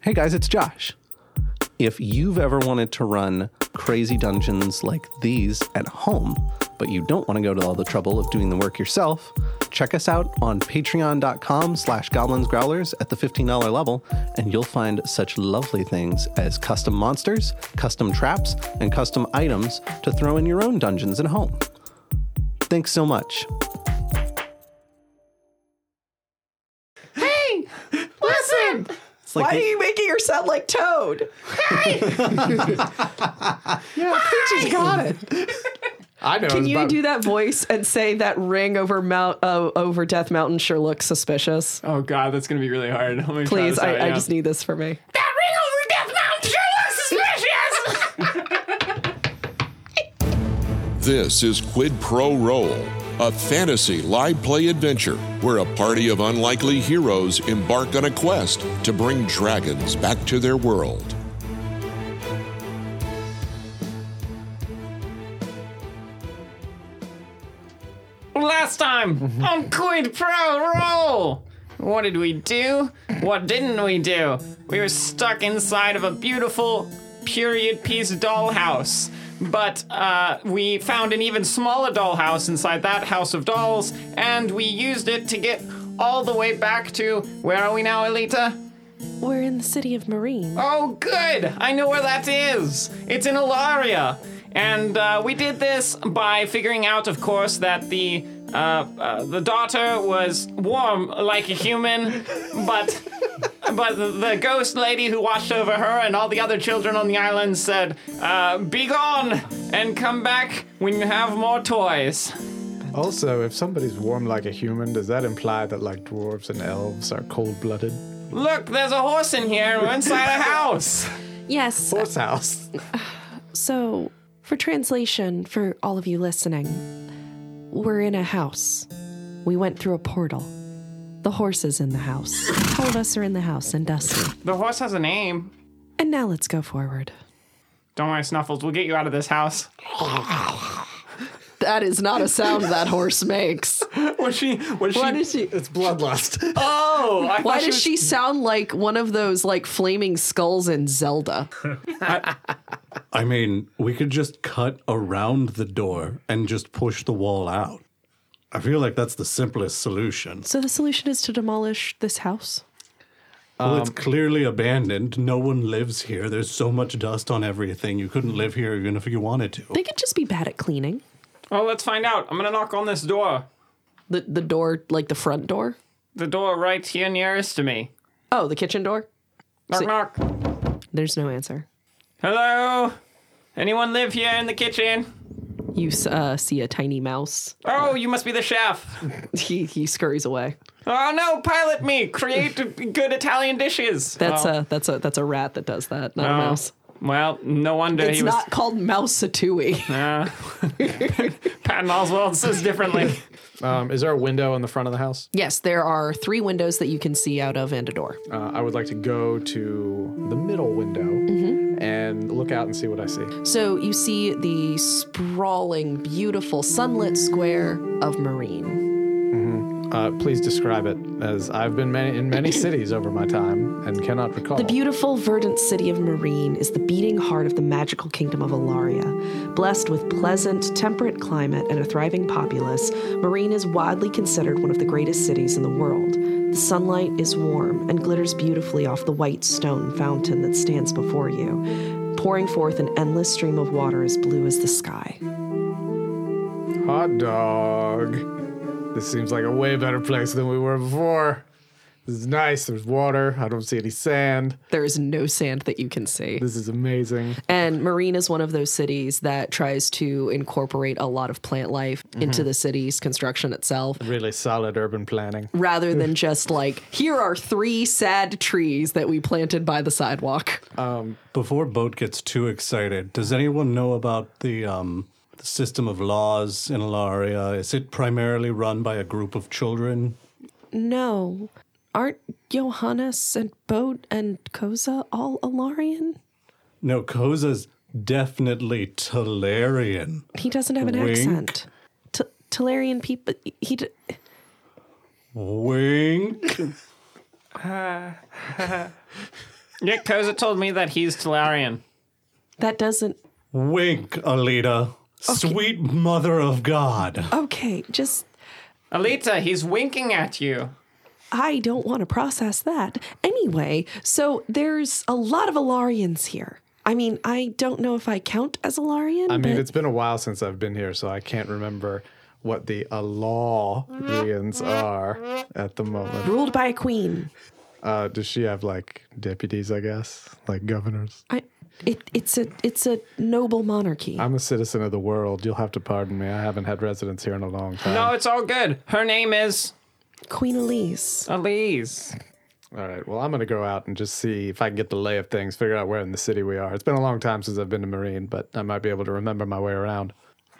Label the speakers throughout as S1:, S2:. S1: Hey guys, it's Josh. If you've ever wanted to run crazy dungeons like these at home, but you don't want to go to all the trouble of doing the work yourself, check us out on patreon.com slash goblinsgrowlers at the $15 level, and you'll find such lovely things as custom monsters, custom traps, and custom items to throw in your own dungeons at home. Thanks so much.
S2: Hey, listen.
S1: It's like
S3: Why are you making her sound like Toad?
S2: Yeah, Peachy's got it.
S4: I know.
S3: Can
S4: it's
S3: you
S4: about-
S3: do that voice and say that ring over Mount uh, over Death Mountain sure looks suspicious?
S4: Oh God, that's gonna be really hard. Let me try
S3: Please,
S4: this
S3: I,
S4: out,
S3: I
S4: yeah.
S3: just need this for me.
S2: That ring over Death Mountain sure looks suspicious.
S5: This is Quid Pro Roll, a fantasy live play adventure where a party of unlikely heroes embark on a quest to bring dragons back to their world.
S6: Last time on Quid Pro Roll! What did we do? What didn't we do? We were stuck inside of a beautiful period piece dollhouse. But uh, we found an even smaller dollhouse inside that house of dolls, and we used it to get all the way back to where are we now, Elita?
S7: We're in the city of Marine.
S6: Oh, good! I know where that is! It's in Ilaria! And uh, we did this by figuring out, of course, that the uh, uh, the daughter was warm like a human, but but the- the ghost lady who watched over her and all the other children on the island said, uh, "Be gone and come back when you have more toys."
S8: Also, if somebody's warm like a human, does that imply that like dwarves and elves are cold-blooded?
S6: Look, there's a horse in here. and We're inside a house.
S7: Yes.
S8: Horse house.
S7: So, for translation, for all of you listening, we're in a house. We went through a portal. The horse is in the house. All of us are in the house and Dusty.
S6: The horse has a name.
S7: And now let's go forward.
S6: Don't worry, Snuffles. We'll get you out of this house.
S3: That is not a sound that horse makes.
S4: Was she? Was
S3: Why
S4: she?
S3: does she?
S8: It's bloodlust.
S4: Oh, I
S3: Why
S4: thought
S3: does
S4: she?
S3: she sound like one of those like flaming skulls in Zelda?
S9: I mean, we could just cut around the door and just push the wall out. I feel like that's the simplest solution.
S7: So, the solution is to demolish this house?
S9: well, it's clearly abandoned. No one lives here. There's so much dust on everything. You couldn't live here even if you wanted to.
S7: They could just be bad at cleaning.
S6: Well, let's find out. I'm gonna knock on this door.
S3: The the door, like the front door.
S6: The door right here nearest to me.
S3: Oh, the kitchen door.
S6: Knock, knock.
S7: There's no answer.
S6: Hello? Anyone live here in the kitchen?
S3: You s- uh, see a tiny mouse.
S6: Oh, you must be the chef.
S3: He he scurries away.
S6: Oh no, pilot me. Create good Italian dishes.
S3: That's
S6: oh.
S3: a that's a that's a rat that does that, not a
S6: Oh.
S3: mouse.
S6: Well, no wonder
S3: It's
S6: he was.
S3: not called Mousatui.
S6: Patton Oswald says differently.
S8: Um, is there a window in the front of the house?
S3: yes, there are three windows that you can see out of and a door.
S8: Uh, I would like to go to the middle window and look out and see what I see.
S3: So you see the sprawling, beautiful, sunlit square of Marine.
S8: Uh, please describe it, as I've been many, in many cities over my time and cannot recall.
S7: The beautiful, verdant city of Marine is the beating heart of the magical kingdom of Alaria. Blessed with pleasant, temperate climate and a thriving populace, Marine is widely considered one of the greatest cities in the world. The sunlight is warm and glitters beautifully off the white stone fountain that stands before you, pouring forth an endless stream of water as blue as the sky.
S8: Hot dog. This seems like a way better place than we were before. This is nice. There's water. I don't see any sand.
S3: There is no sand that you can see.
S8: This is amazing.
S3: And Marine is one of those cities that tries to incorporate a lot of plant life
S7: Mm-hmm.
S3: into the city's construction itself.
S8: Really solid urban planning.
S3: Rather than just like, here are three sad trees that we planted by the sidewalk.
S9: Before Boat gets too excited, does anyone know about the um, the system of laws in Alaria? Is it primarily run by a group of children?
S7: No, aren't Johannes and Boat and Koza all Alarian?
S9: No, Koza's definitely Talarian.
S7: He doesn't have an
S9: Wink.
S7: accent. T- Talarian people. He. D-
S9: Wink.
S6: Nick Koza told me that he's Talarian.
S7: That doesn't.
S9: Wink, Alita. Sweet mother of God.
S7: Okay, just.
S6: Alita, he's winking at you.
S7: I don't want to process that. Anyway, so there's a lot of Alarians here. I mean, I don't know if I count as Alarian.
S8: I mean,
S7: but
S8: it's been a while since I've been here, so I can't remember what the Alarians are at the moment.
S7: ruled by a queen.
S8: Uh, does she have like deputies, I guess? Like governors?
S7: I, it, it's a it's a noble monarchy.
S8: I'm a citizen of the world. You'll have to pardon me. I haven't had residence here in a long time.
S6: No, Oh, it's all good. Her name is
S7: Queen Elise.
S6: Elise.
S8: All right. Well, I'm going to go out and just see if I can get the lay of things, figure out where in the city we are. It's been a long time since I've been to Marine, but I might be able to remember my way around.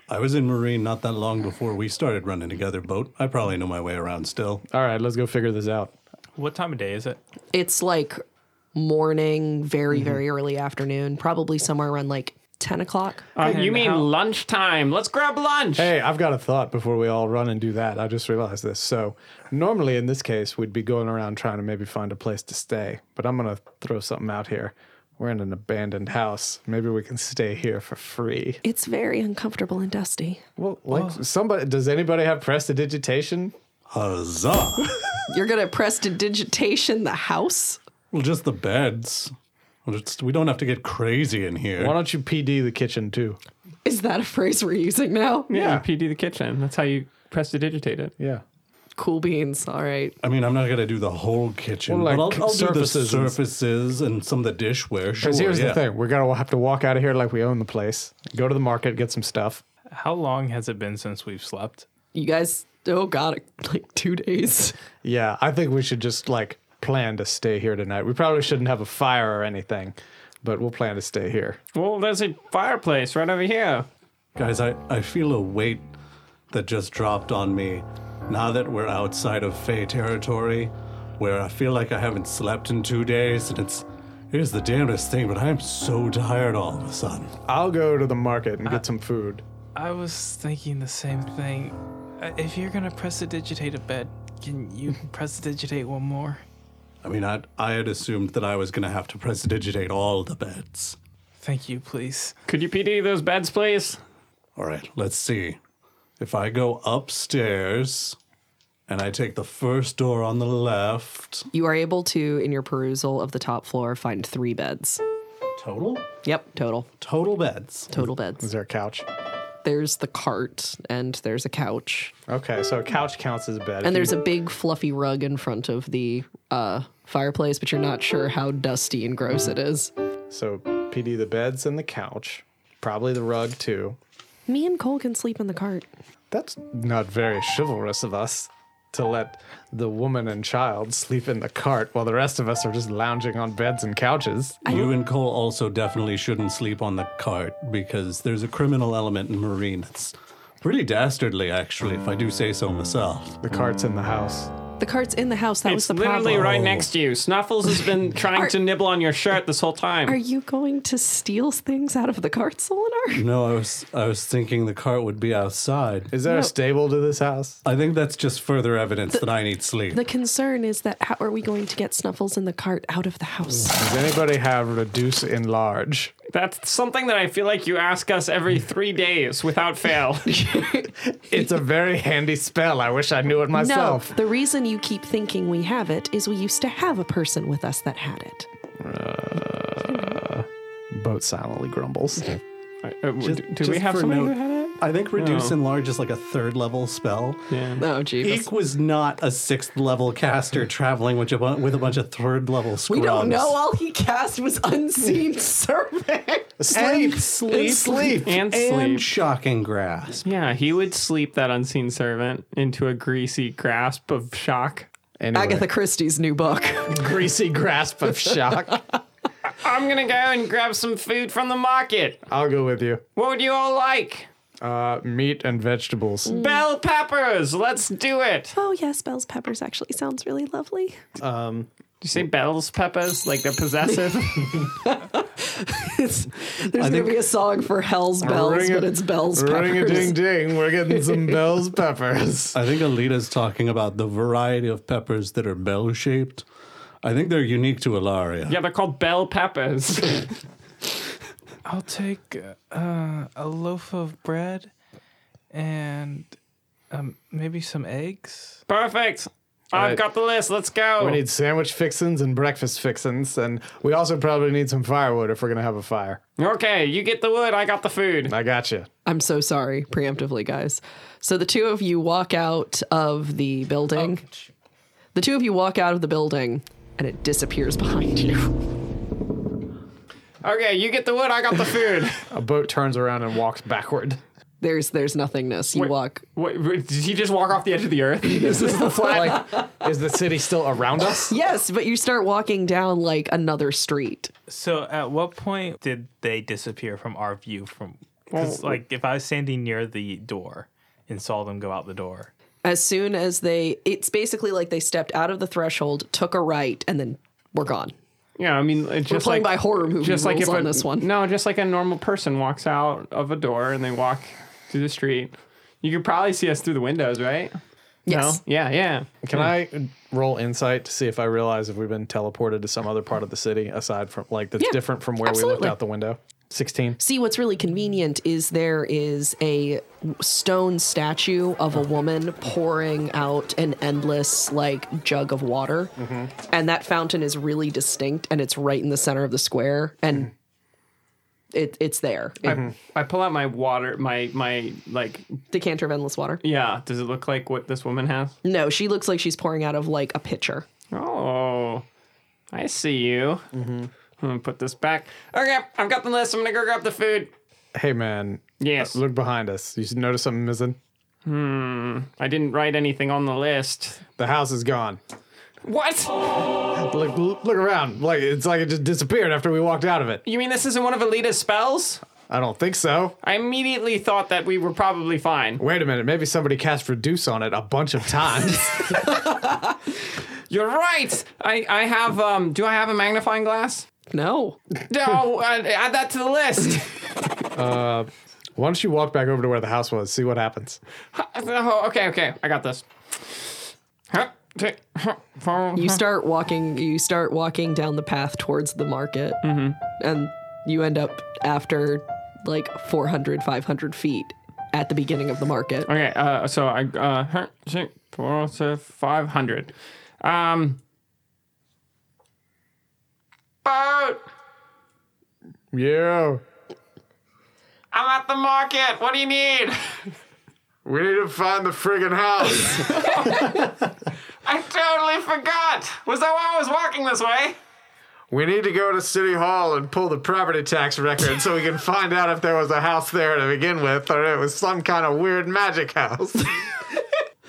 S9: I was in Marine not that long before we started running together, boat. I probably know my way around still.
S8: All right, let's go figure this out.
S10: What time of day is it?
S3: It's like morning,
S8: Mm-hmm.
S3: very, very early afternoon, probably somewhere around like 10 o'clock.
S6: Uh, you mean lunchtime? Let's grab lunch.
S8: Hey, I've got a thought before we all run and do that. I just realized this. So, normally in this case, we'd be going around trying to maybe find a place to stay, but I'm going to throw something out here. We're in an abandoned house. Maybe we can stay here for free.
S7: It's very uncomfortable and dusty.
S8: Well, like somebody does anybody have prestidigitation?
S9: Huzzah!
S3: You're going to press to digitation the house?
S9: well, just the beds. Well, just- we don't have to get crazy in here.
S8: Why don't you PD the kitchen too?
S3: Is that a phrase we're using now?
S8: Yeah.
S10: PD the kitchen. That's how you press to digitate it.
S8: Yeah.
S3: Cool beans. All right.
S9: I mean, I'm not gonna do the whole kitchen,
S8: Well, like
S9: but I'll, I'll do the
S8: surfaces and-
S9: surfaces and some of the dishware. Sure,
S8: Because here's
S9: yeah.
S8: the thing: we're gonna have to walk out of here like we own the place. Go to the market, get some stuff.
S10: How long has it been since we've slept?
S3: You guys, oh God, like two days.
S8: Yeah, I think we should just like plan to stay here tonight. We probably shouldn't have a fire or anything, but we'll plan to stay here.
S6: Well, there's a fireplace right over here.
S9: Guys, I, I feel a weight that just dropped on me now that we're outside of Fey territory, where I feel like I haven't slept in two days, and it's it is the damnedest thing, but I am so tired all of a sudden.
S8: I'll go to the market
S3: Uh.
S8: and get some food.
S10: I was thinking the same thing. Uh, If you're gonna press to digitate a bed, can you press to digitate one more?
S9: I mean, I I had assumed that I was gonna have to prestidigitate all the beds.
S10: Thank you, please.
S6: Could you PD those beds, please?
S9: All right, let's see. If I go upstairs and I take the first door on the left,
S3: You are able to, in your perusal of the top floor, find three beds.
S9: total
S3: Yep, total.
S9: total beds.
S3: Total beds.
S8: Is there a couch?
S3: There's the cart and there's a couch.
S8: Okay, so a couch counts as a bed.
S3: And there's a big fluffy rug in front of the uh, fireplace, but you're not sure how dusty and gross it is.
S8: so PD the beds and the couch, probably the rug too.
S7: Me and Cole can sleep in the cart.
S8: That's not very chivalrous of us to let the woman and child sleep in the cart while the rest of us are just lounging on beds and couches.
S9: You and Cole also definitely shouldn't sleep on the cart because there's a criminal element in Marine that's pretty dastardly, actually, if I do say so myself.
S8: The cart's in the house.
S7: The cart's in the house. That was
S6: It's
S7: the
S6: literally
S7: problem.
S6: right next to you. Snuffles has been trying to nibble on your shirt this whole time.
S7: Are you going to steal things out of the cart, Solinar?
S9: No, I was I was thinking the cart would be outside.
S8: Is there a stable to this house?
S9: I think that's just further evidence that I need sleep.
S7: The concern is that how are we going to get Snuffles in the cart out of the house?
S8: Does anybody have reduce enlarge?
S6: That's something that I feel like you ask us every three days without fail.
S8: It's a very handy spell. I wish I knew it
S7: No,
S8: myself.
S7: the reason you keep thinking we have it is we used to have a person with us that had it.
S8: Boat silently grumbles.
S6: Uh, do do we
S9: Just
S6: have
S9: for
S6: somebody
S9: note,
S6: who had it?
S9: I think reduce enlarge is like a third level spell.
S3: Oh, gee.
S9: Eek was not a sixth level caster traveling with a, bu- with a bunch of third level scrubs.
S3: We don't know. All he cast was unseen servant.
S8: Sleep,
S9: sleep,
S8: sleep.
S6: And sleep.
S9: And shocking grasp.
S6: Yeah, he would sleep that unseen servant into a greasy grasp of shock.
S8: Anyway,
S3: Agatha Christie's new book.
S8: greasy grasp of shock.
S6: I'm gonna go and grab some food from the market.
S8: I'll go with you.
S6: What would you all like?
S8: Uh, meat and vegetables.
S3: Mm.
S6: Bell peppers. Let's do it.
S7: Oh yes, Bell's peppers actually sounds really lovely.
S6: Do you say bells peppers like they're possessive?
S3: It's, there's going to be a song for Hell's Bells,
S8: Ring
S3: but
S8: a-
S3: it's Bells
S8: Ring a
S3: Peppers.
S8: ding ding. We're getting some Bell's peppers.
S9: I think Alita's talking about the variety of peppers that are bell shaped. I think they're unique to Ilaria.
S6: Yeah, they're called bell peppers.
S10: I'll take uh, a loaf of bread and um, maybe some eggs.
S6: Perfect.
S8: right.
S6: I've got the list. Let's go.
S8: We need sandwich fixins and breakfast fixins, and we also probably need some firewood if we're gonna have a fire.
S6: okay, you get the wood. I got the food.
S8: I got you.
S7: I'm so sorry, preemptively, guys. So the two of you walk out of the building.
S3: Oh,
S7: The two of you walk out of the building, and it disappears behind you.
S6: Okay, you get the wood. I got the food.
S8: A boat turns around and walks backward.
S7: There's there's nothingness. You walk.
S6: Wait, wait, did he just walk off the edge of the earth? Is this the flat?
S8: Like, is the city still around us?
S7: Yes, but you start walking down like another street.
S10: So, at what point did they disappear from our view? From 'cause, like, if I was standing near the door and saw them go out the door,
S7: As soon as they, it's basically like they stepped out of the threshold, took a right, and then we're gone.
S6: Yeah, I mean, it's just
S7: playing
S6: like
S7: by horror movie
S6: Just like
S7: rules
S6: if
S7: on
S6: a,
S7: this one.
S6: No, just like a normal person walks out of a door and they walk through the street. You could probably see us through the windows, right?
S7: Yes.
S6: Yeah, yeah.
S8: Can I roll insight to see if I realize if we've been teleported to some other part of the city aside from like that's
S7: Yeah,
S8: different from where we
S7: absolutely.
S8: looked out the window? Sixteen.
S7: See, what's really convenient is there is a stone statue of a woman pouring out an endless, like, jug of water. And that fountain is really distinct and it's right in the center of the square. And it, it's there. It-
S6: I pull out my water, my my like.
S7: decanter of endless water.
S6: Yeah, does it look like what this woman has?
S7: No, she looks like she's pouring out of, like, a pitcher.
S6: Oh, I see you. Mm-hmm. I'm gonna put this back. Okay, I've got the list. I'm gonna go grab the food.
S8: Hey man, Uh,
S6: Yes,
S8: look behind us. You notice something missing?
S6: I didn't write anything on the list.
S8: The house is gone.
S6: What?
S8: Look, look around. Like it's like it just disappeared after we walked out of it.
S6: You mean this isn't one of Alita's spells?
S8: I don't think so.
S6: I immediately thought that we were probably fine.
S8: Wait a minute. Maybe somebody cast reduce on it a bunch of times.
S6: You're right. I, I have um. Do I have a magnifying glass?
S7: No.
S6: No. uh, add that to the list.
S8: Why don't you walk back over to where the house was? See what happens.
S6: oh, okay, okay. I got this. Huh, t- huh, huh.
S7: You start walking, you start walking down the path towards the market. And you end up after, like, 400, 500 feet at the beginning of the market.
S6: Okay. Uh. So I uh. huh, t- Four to five hundred. Um. Boat.
S8: Yeah.
S6: I'm at the market. What do you need?
S8: We need to find the friggin' house.
S6: I totally forgot. Was that why I was walking this way?
S8: we need to go to City Hall and pull the property tax record so we can find out if there was a house there to begin with or it was some kind of weird magic house.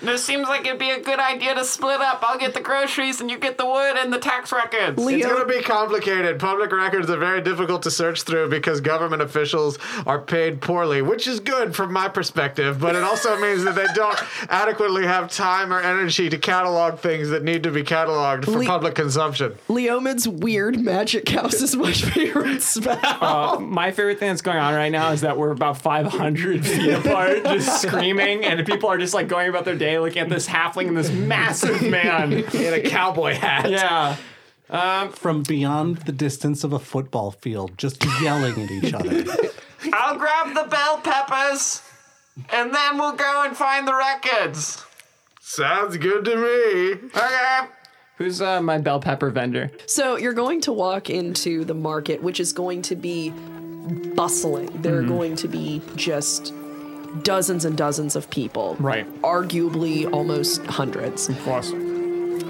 S6: This seems like it'd be a good idea to split up. I'll get the groceries and you get the wood and the tax records.
S8: It's going to be complicated. Public records are very difficult to search through because government officials are paid poorly, which is good from my perspective, but it also means that they don't adequately have time or energy to catalog things that need to be cataloged for
S7: Le-
S8: public consumption.
S7: Leomid's weird magic house is my favorite spell.
S6: Uh, My favorite thing that's going on right now is that we're about 500 feet apart, just screaming, and people are just like going about their day looking at this halfling and this massive man.
S8: In a cowboy hat.
S6: Yeah.
S9: From beyond the distance of a football field, just yelling at each other.
S6: I'll grab the bell peppers and then we'll go and find the records.
S8: Sounds good to me.
S6: Okay. Who's uh, my bell pepper vendor?
S7: So you're going to walk into the market, which is going to be bustling.
S6: Mm-hmm.
S7: There are going to be just dozens and dozens of people.
S6: Right.
S7: Arguably almost hundreds. Uh,
S6: Of course.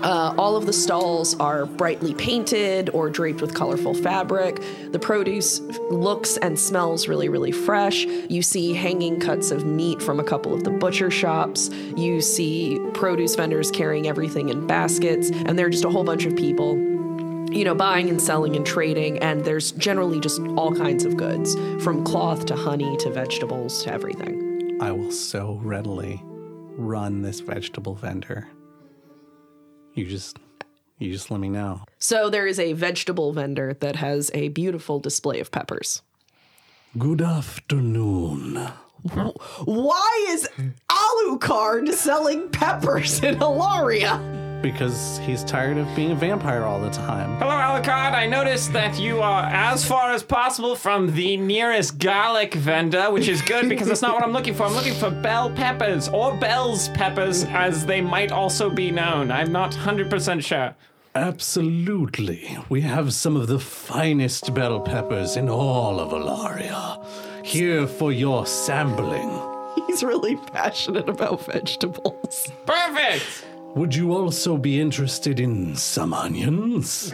S7: All of the stalls are brightly painted or draped with colorful fabric. The produce looks and smells really, really fresh. You see hanging cuts of meat from a couple of the butcher shops. You see produce vendors carrying everything in baskets, and there are just a whole bunch of people. You know, buying and selling and trading, and there's generally just all kinds of goods from cloth to honey to vegetables to everything.
S9: I will so readily run this vegetable vendor. You just, you just let me know.
S7: So, there is a vegetable vendor that has a beautiful display of peppers.
S9: Good afternoon.
S7: Why is Alucard selling peppers in Hilaria?
S1: because he's tired of being a vampire all the time.
S6: Hello, Alucard. I noticed that you are as far as possible from the nearest garlic vendor, which is good because that's not what I'm looking for. I'm looking for bell peppers or bell's peppers, as they might also be known. I'm not 100% sure.
S9: Absolutely. We have some of the finest bell peppers in all of Alaria. Here for your sampling.
S3: He's really passionate about vegetables.
S6: Perfect!
S9: Would you also be interested in some onions?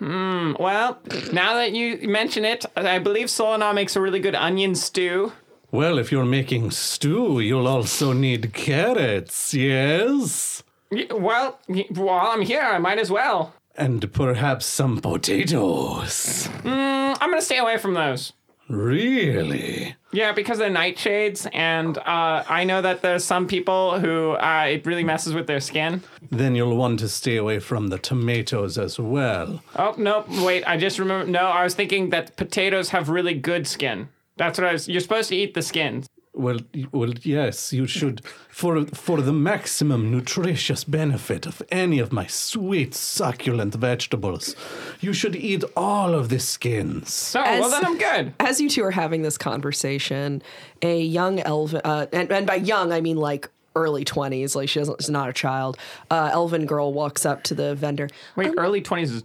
S6: Well, now that you mention it, I believe Solana makes a really good onion stew.
S9: Well, if you're making stew, you'll also need carrots, yes?
S6: Y- Well, y- while I'm here, I might as well.
S9: And perhaps some potatoes.
S6: Mm, I'm gonna stay away from those.
S9: Really?
S6: Yeah, because they're nightshades, and uh, I know that there's some people who uh, it really messes with their skin.
S9: Then you'll want to stay away from the tomatoes as well.
S6: Oh no! Wait, I just remember. No, I was thinking that potatoes have really good skin. That's what I was. You're supposed to eat the skins.
S9: Well, y- well, yes, you should. For for the maximum nutritious benefit of any of my sweet succulent vegetables, you should eat all of the skins.
S6: So Oh, well,
S3: As-
S6: then I'm good.
S3: As you two are having this conversation, a young elven, uh, and, and by young, I mean like early 20s, like she doesn't, she's not a child, uh, elven girl walks up to the vendor.
S4: Wait, early twenties is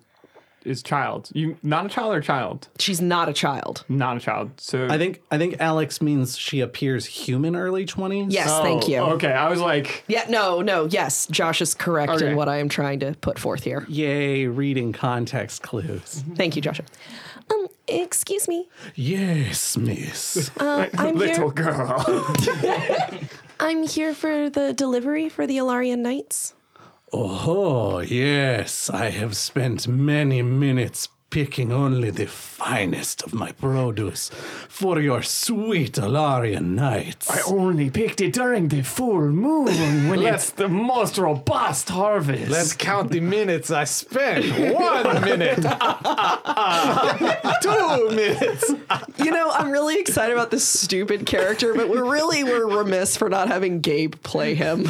S4: is child. You not a child or child?
S3: She's not a child.
S4: Not a child. So
S1: I think I think Alex means she appears human early 20s.
S3: Yes, thank
S6: Oh,
S3: you.
S4: Okay, I was like,
S3: Yeah, no, no, yes. Josh is correct
S4: Okay.
S3: in what I am trying to put forth here.
S8: Mm-hmm.
S1: Yay, reading context clues.
S3: Thank you, Josh. Um, excuse me.
S9: Yes, miss.
S7: I'm
S4: little
S7: here.
S4: girl.
S7: I'm here for the delivery for the Alarian Knights.
S9: Oh, yes, I have spent many minutes picking only the finest of my produce for your sweet Alarian nights.
S4: Only picked it during the full moon when it's the most robust harvest.
S8: Let's count the minutes I spent. One minute. Two minutes.
S3: You know, I'm really excited about this stupid character, but we're really we're remiss for not having Gabe play him.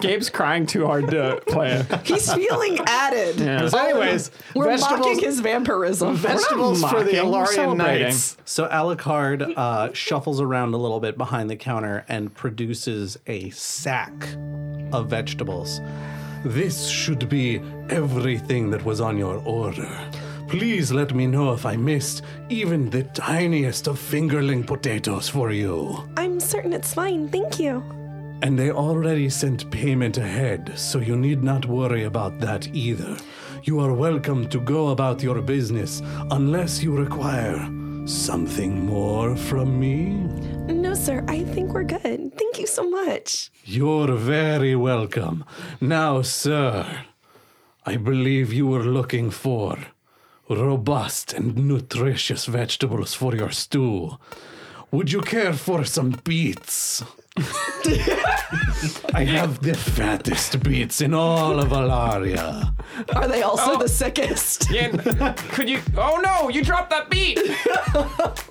S4: Gabe's crying too hard to play it.
S3: He's feeling added.
S8: Anyways,
S3: We're
S8: vegetables,
S3: mocking his vampirism.
S8: vegetables for the
S4: mocking, we're
S8: Alarian
S4: celebrating.
S8: Knights.
S1: So Alucard uh, shuffles around a little bit behind the counter and produces a sack of vegetables.
S9: This should be everything that was on your order. Please let me know if I missed even the tiniest of fingerling potatoes for you.
S7: I'm certain it's fine, thank you.
S9: And they already sent payment ahead, so you need not worry about that either. You are welcome to go about your business unless you require something more from me.
S7: No, sir, I think we're good. Thank you so much.
S9: You're very welcome. Now, sir, I believe you were looking for robust and nutritious vegetables for your stew. Would you care for some beets? I have the fattest beets in all of Alaria.
S3: Are they
S10: Oh.
S3: also the sickest?
S6: Yeah, could you? Oh no! You dropped that beat.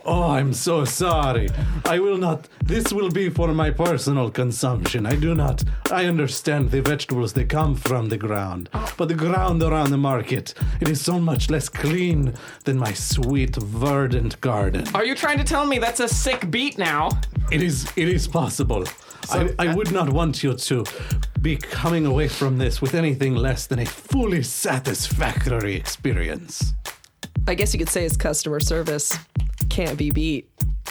S9: Oh, I'm so sorry. I will not. This will be for my personal consumption. I do not. I understand the vegetables they come from the ground, but the ground around the market it is so much less clean than my sweet verdant garden.
S6: Are you trying to tell me that's a sick beat now?
S9: It is. It is possible. I, I would not want you to be coming away from this with anything less than a fully satisfactory experience.
S3: I guess you could say his customer service can't be beat.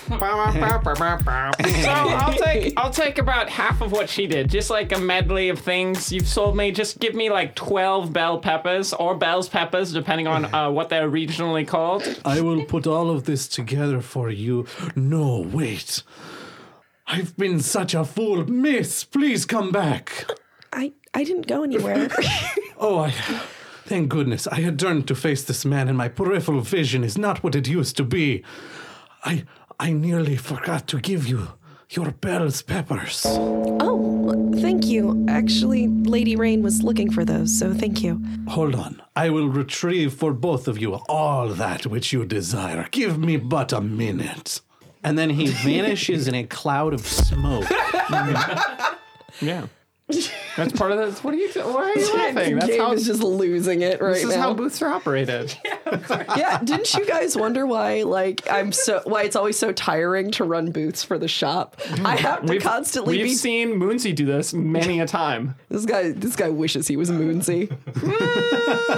S6: So I'll take I'll take about half of what she did, just like a medley of things you've sold me. Just give me like twelve bell peppers or bell's peppers, depending on uh, what they're regionally called.
S9: I will put all of this together for you. No, wait. I've been such a fool. Miss, please come back.
S7: I I didn't go anywhere.
S9: Oh, I. Thank goodness. I had turned to face this man, and my peripheral vision is not what it used to be. I. I nearly forgot to give you your bell's peppers.
S7: oh, well, thank you. Actually, Lady Rain was looking for those, so thank you.
S9: Hold on. I will retrieve for both of you all that which you desire. Give me but a minute.
S1: And then he vanishes in a cloud of smoke.
S4: Yeah.
S6: That's part of the. What are you? Why are you laughing? That's
S3: Gabe
S6: how.
S3: is just losing it right
S6: This
S3: now.
S6: is how booths are operated.
S3: yeah, didn't you guys wonder why? Like, I'm so why it's always so tiring to run booths for the shop. I have to constantly
S6: Hmm. we've
S3: be.
S6: seen Moonsy do this many a time.
S3: this guy, this guy wishes he was Moonsy.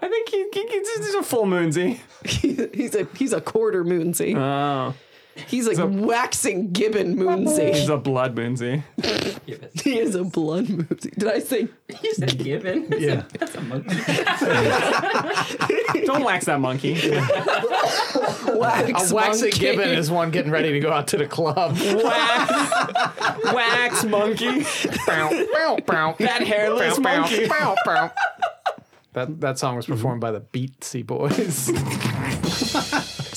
S6: I think he, he, he's he's a full Moonsy.
S3: he's a he's a quarter Moonsy.
S6: Oh,
S3: He's a waxing gibbon
S6: he's
S3: Moonsy.
S6: a blood Moonsy.
S3: He is a blood Moonsy. Did I say?
S11: You said given.
S9: Yeah.
S11: That's a monkey.
S6: Don't wax that monkey.
S3: Wax
S4: A waxing
S3: monkey.
S4: gibbon is one getting ready to go out to the club.
S6: wax, wax monkey. that hairless monkey.
S8: That that song was performed by the Beatsy Boys.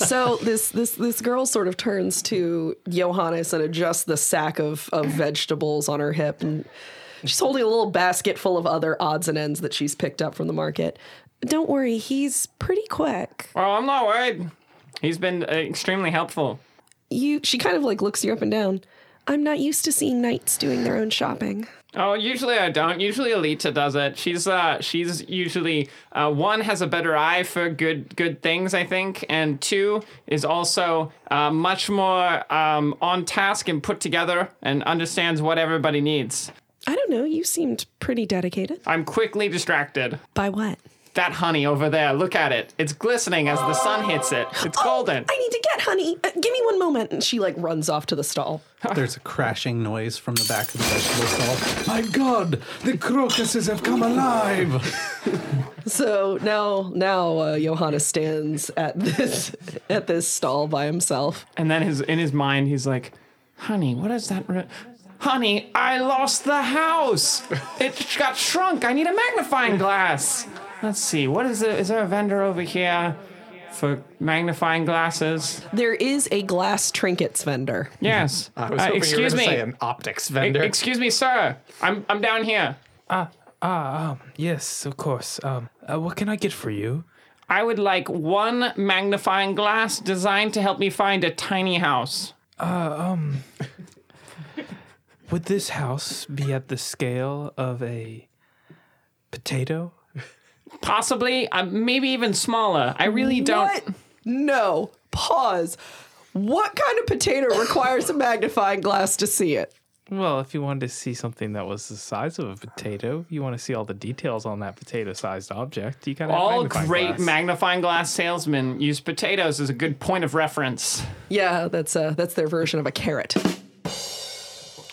S3: so this this this girl sort of turns to Johannes and adjusts the sack of of vegetables on her hip, and she's holding a little basket full of other odds and ends that she's picked up from the market. Don't worry, he's pretty quick.
S6: Well, I'm not worried. He's been uh, extremely helpful.
S3: You, she kind of like looks you up and down. I'm not used to seeing knights doing their own shopping.
S6: Oh, usually I don't. Usually Alita does it. She's uh, she's usually uh, one has a better eye for good good things, I think, and two is also uh, much more um, on task and put together and understands what everybody needs.
S3: I don't know. You seemed pretty dedicated.
S6: I'm quickly distracted.
S3: By what?
S6: That honey over there, look at it. It's glistening as the sun hits it. It's golden.
S3: I need to get honey. Uh, give me one moment. And she like runs off to the stall.
S1: There's a crashing noise from the back of the vegetable stall. My God, the crocuses have come alive!
S3: So now, now uh, Johannes stands at this at this stall by himself.
S6: And then his in his mind, he's like, "Honey, what is that?" Re- Honey, I lost the house. It got shrunk. I need a magnifying glass. Let's see. What is it? Is there a vendor over here for magnifying glasses?
S3: There is a glass trinkets vendor.
S6: Yes.
S8: I was
S6: Uh,
S8: hoping you were
S6: excuse me.
S8: gonna say an optics
S6: E-
S8: vendor.
S6: excuse me, sir. I'm I'm down here.
S10: Ah, um, yes, of course. Um, uh, what can I get for you?
S6: I would like one magnifying glass designed to help me find a tiny house.
S10: Would this house be at the scale of a potato?
S6: Possibly, uh, maybe even smaller. I really don't.
S3: What? No. Pause. What kind of potato requires a magnifying glass to see it?
S10: Well, if you wanted to see something that was the size of a potato, you want to see all the details on that potato-sized object. You gotta have
S6: All
S10: magnifying
S6: great
S10: glass.
S6: magnifying glass salesmen use potatoes as a good point of reference.
S3: Yeah, that's uh, that's their version of a carrot.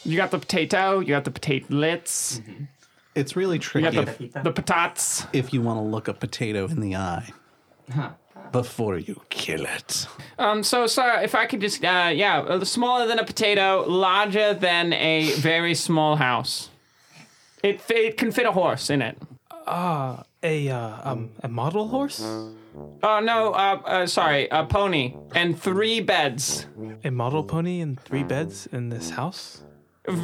S6: You got the potato, you got the potatelets,
S1: It's really
S6: you
S1: tricky
S6: got
S1: if,
S6: the, the potats.
S1: if you want to look a potato in the eye before you kill it.
S6: Um, so, sir, if I could just, uh, yeah, uh, smaller than a potato, larger than a very small house. It, fi- it can fit a horse in it.
S10: a uh, um a model horse,
S6: Oh, no, uh, uh, sorry, a pony and three beds.
S10: a model pony, and three beds in this house.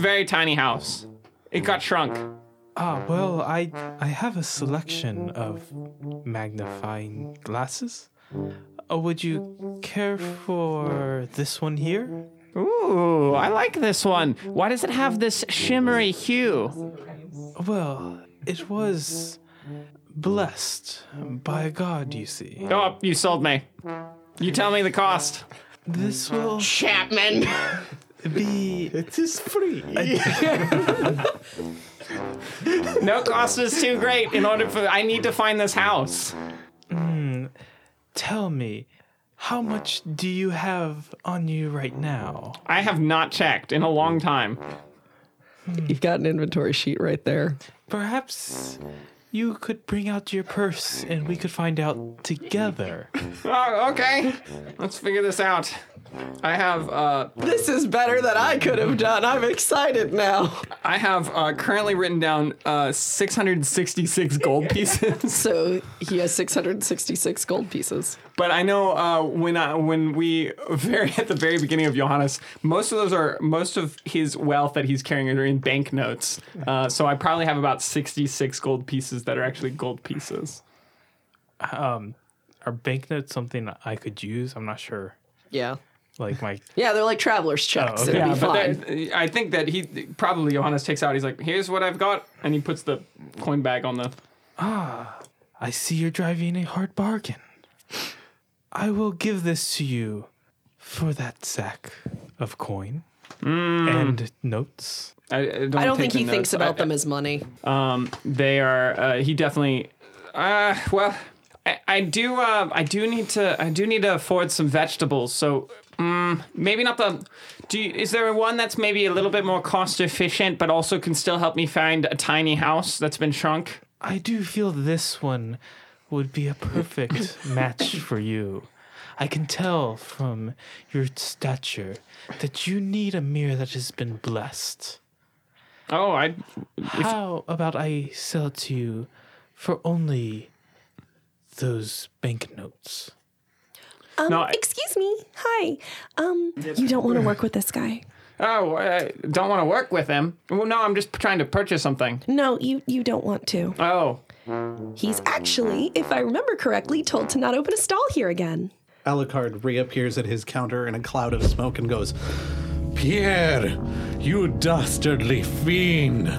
S6: Very tiny house. It got shrunk.
S10: Ah, well, I I have a selection of magnifying glasses. Uh, would you care for this one here?
S6: Ooh, I like this one. Why does it have this shimmery hue?
S10: Well, it was blessed by a god, you see.
S6: Oh, you sold me. You tell me the cost.
S10: This will
S2: Chapman.
S10: be
S8: it is free.
S6: No cost is too great in order for I need to find this house.
S10: Tell me, how much do you have on you right now?
S6: I have not checked in a long time.
S3: You've got an inventory sheet right there.
S10: Perhaps you could bring out your purse and we could find out together.
S6: Oh, okay. Let's figure this out. I have uh
S3: This is better than I could have done. I'm excited now.
S6: I have uh currently written down uh 666 gold pieces.
S3: So he has 666 gold pieces.
S6: but I know uh when I when we very at the very beginning of Johannes, most of those are most of his wealth that he's carrying are in banknotes. Uh so I probably have about 66 gold pieces that are actually gold pieces.
S10: Are banknotes something I could use? I'm not sure.
S3: Yeah.
S10: Like my
S3: Yeah, they're like traveler's checks.
S10: okay.
S3: It'd
S10: Yeah,
S3: be
S6: Uh, But
S3: fine.
S6: that- I think that he probably Johannes takes out. He's like, "Here's what I've got," and he puts the coin bag on the.
S10: I see you're driving a hard bargain. I will give this to you for that sack of coin and notes.
S6: I, I don't,
S3: I
S6: take
S3: don't think
S6: the
S3: he
S6: notes.
S3: thinks
S6: I-
S3: about them as money.
S6: Um, they are. Uh, he definitely. Uh, well, I, I do. Uh, I do need to. I do need to afford some vegetables. So, um, maybe not the. Do you, is there one that's maybe a little bit more cost efficient, but also can still help me find a tiny house that's been shrunk?
S10: I do feel this one would be a perfect match for you. I can tell from your stature that you need a mirror that has been blessed.
S6: Oh, I.
S10: How about I sell it to you for only those banknotes?
S11: Um,
S6: No, I-
S11: excuse me. Hi. Um, you don't want to work with this guy.
S6: Oh, I don't want to work with him. Well, no, I'm just trying to purchase something.
S11: No, you you don't want to.
S6: Oh,
S11: He's actually, if I remember correctly, told to not open a stall here again.
S9: Alucard reappears at his counter in a cloud of smoke and goes, Pierre, you dastardly fiend!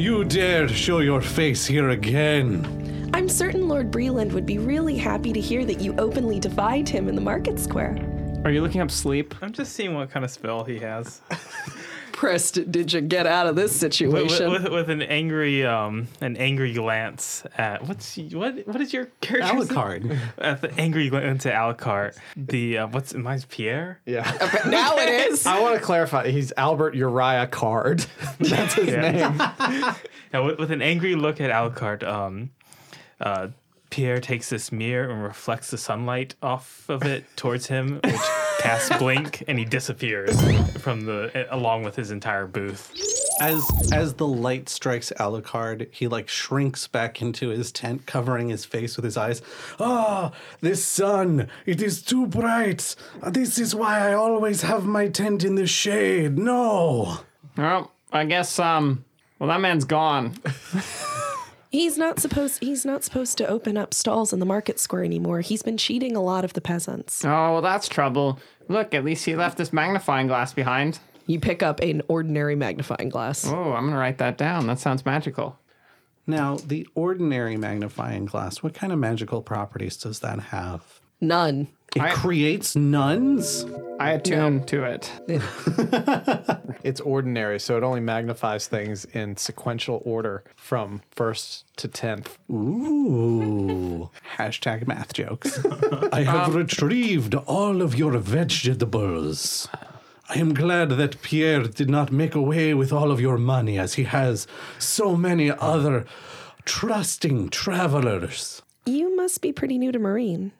S9: You dare show your face here again!
S11: I'm certain Lord Breland would be really happy to hear that you openly defied him in the market square.
S6: are you looking up sleep?
S10: I'm just seeing what kind of spell he has.
S3: Pressed, did you get out of this
S10: with,
S3: situation?
S10: with, with an angry um an angry glance at what's what what is your character
S9: Alucard.
S10: at the angry glance at Alucard the uh, what's mine's Pierre
S8: Yeah.
S3: now it is.
S8: I want to clarify. He's Albert Uriah Card. That's his name.
S10: now with, with an angry look at Alucard um uh Pierre takes this mirror and reflects the sunlight off of it towards him which casts blink and he disappears from the uh, along with his entire booth
S9: As as the light strikes Alucard, he like shrinks back into his tent, covering his face with his eyes. Ah, this sun! It is too bright. This is why I always have my tent in the shade. No.
S6: Well, I guess. Um. Well, that man's gone.
S11: He's not supposed he's not supposed to open up stalls in the market square anymore. He's been cheating a lot of the peasants.
S6: Oh, well, that's trouble. Look, at least he left this magnifying glass behind.
S3: You pick up an ordinary magnifying glass.
S6: Oh, I'm gonna write that down. That sounds magical.
S9: Now, the ordinary magnifying glass, what kind of magical properties does that have?
S3: None.
S9: It creates nuns?
S6: I attune to it.
S8: It's ordinary, so it only magnifies things in sequential order from first to tenth.
S9: Ooh. Hashtag math jokes. Um, I have retrieved all of your vegetables. I am glad that Pierre did not make away with all of your money as he has so many other trusting travelers.
S11: You must be pretty new to Marine.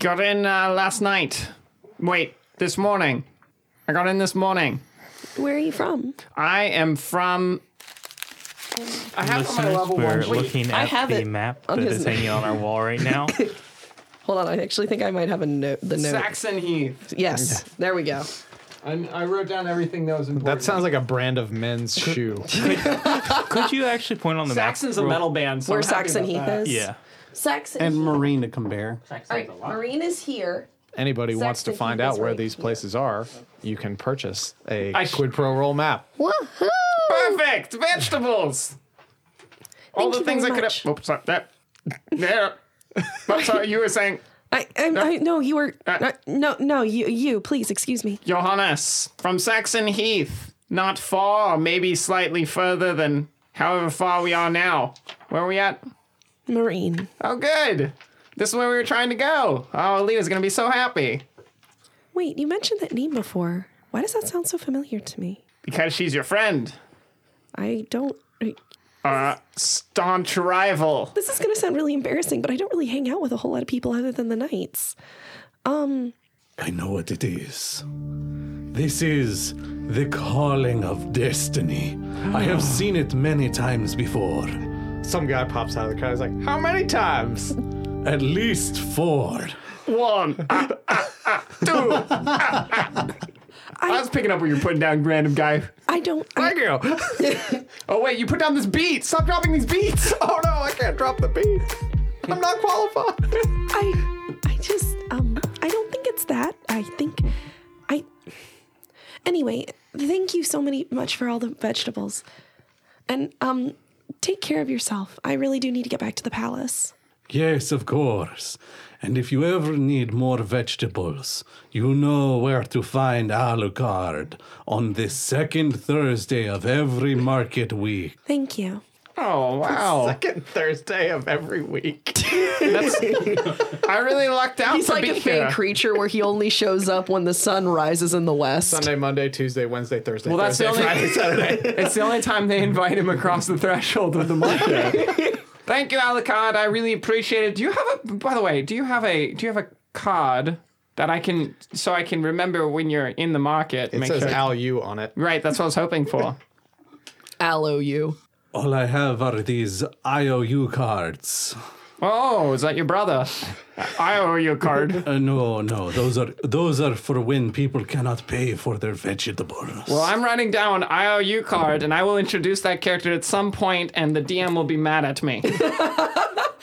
S6: Got in uh, last night. Wait, this morning. I got in this morning.
S11: Where are you from?
S6: I am from. I have on my
S10: Listeners,
S6: level
S10: we're
S6: one. Wait,
S10: looking
S3: I
S10: at
S3: have
S10: the
S3: it
S10: map
S3: on
S10: that
S3: his-
S10: is hanging on our wall right now
S3: Hold on, I actually think I might have a note. The note.
S6: Saxon Heath.
S3: Yes, there we go.
S6: I, I wrote down everything that was important.
S8: That sounds like a brand of men's shoe.
S10: could you actually point on the
S6: Saxon's a
S10: map real-
S6: metal band. So
S3: Where
S6: I'm happy
S3: Saxon
S6: about
S3: Heath
S6: that.
S3: is.
S10: yeah
S11: Saxon.
S9: And Marina Compare.
S11: All right, Marine is here.
S8: Anybody wants to
S11: Saxon
S8: find
S11: Heath
S8: out
S11: is
S8: where
S11: right
S8: these
S11: here.
S8: places are, you can purchase a
S6: I sh-
S8: quid pro roll map.
S11: Woohoo!
S6: Perfect vegetables.
S11: Thank
S6: All the
S11: you
S6: things I
S11: very
S6: could.
S11: much.
S6: Oops, sorry. There. There. I'm sorry. You were saying
S11: I, I, I no, you were uh, no, no, you, you, please, excuse me.
S6: Johannes from Saxon Heath, not far, maybe slightly further than however far we are now. Where are we at?
S11: Marine.
S6: Oh, good. This is where we were trying to go. Oh, Alita's gonna be so happy
S11: Wait, you mentioned that name before. Why does that sound so familiar to me?
S6: because she's your friend,
S11: I don't. I-
S6: uh, staunch rival.
S11: This is going to sound really embarrassing, but I don't really hang out with a whole lot of people other than the knights.
S9: I know what it is. This is the calling of destiny. I have seen it many times before.
S8: Some guy pops out of the car. He's like, "How many times?"
S9: At least four.
S6: One, ah, ah, ah, two. Ah, ah. I was picking up what you're putting down, random guy.
S11: I don't.
S8: Thank
S11: I,
S8: you.
S6: Oh wait, you put down this beat. Stop dropping these beats.
S8: oh no, I can't drop the beat. I'm not qualified.
S11: I, I just um, I don't think it's that. I think, I Anyway, thank you so many much for all the vegetables. And um take care of yourself. I really do need to get back to the palace.
S9: Yes, of course. And if you ever need more vegetables, you know where to find Alucard on the second Thursday of every market week.
S11: Thank you.
S6: Oh wow!
S4: Second Thursday of every week.
S6: That's, I really lucked out
S3: He's
S6: to
S3: like
S6: be
S3: a
S6: here.
S3: fake creature where he only shows up when the sun rises in the west.
S8: Sunday, Monday, Tuesday, Wednesday, Thursday.
S6: Well, that's the
S8: Thursday,
S6: only-
S8: Friday, Saturday.
S4: it's the only time they invite him across the threshold of the market.
S6: Thank you, Alucard. I really appreciate it. Do you have a? By the way, do you have a? Do you have a card that I can so I can remember when you're in the market?
S8: It says Al U on it.
S6: Right, that's what I was hoping for.
S3: Allow you.
S9: All I have are these IOU cards.
S6: Oh, is that your brother? I owe you a card.
S9: Uh, no, no, those are those are for when people cannot pay for their vegetables.
S6: Well, I'm writing down IOU card, and I will introduce that character at some point, and the DM will be mad at me.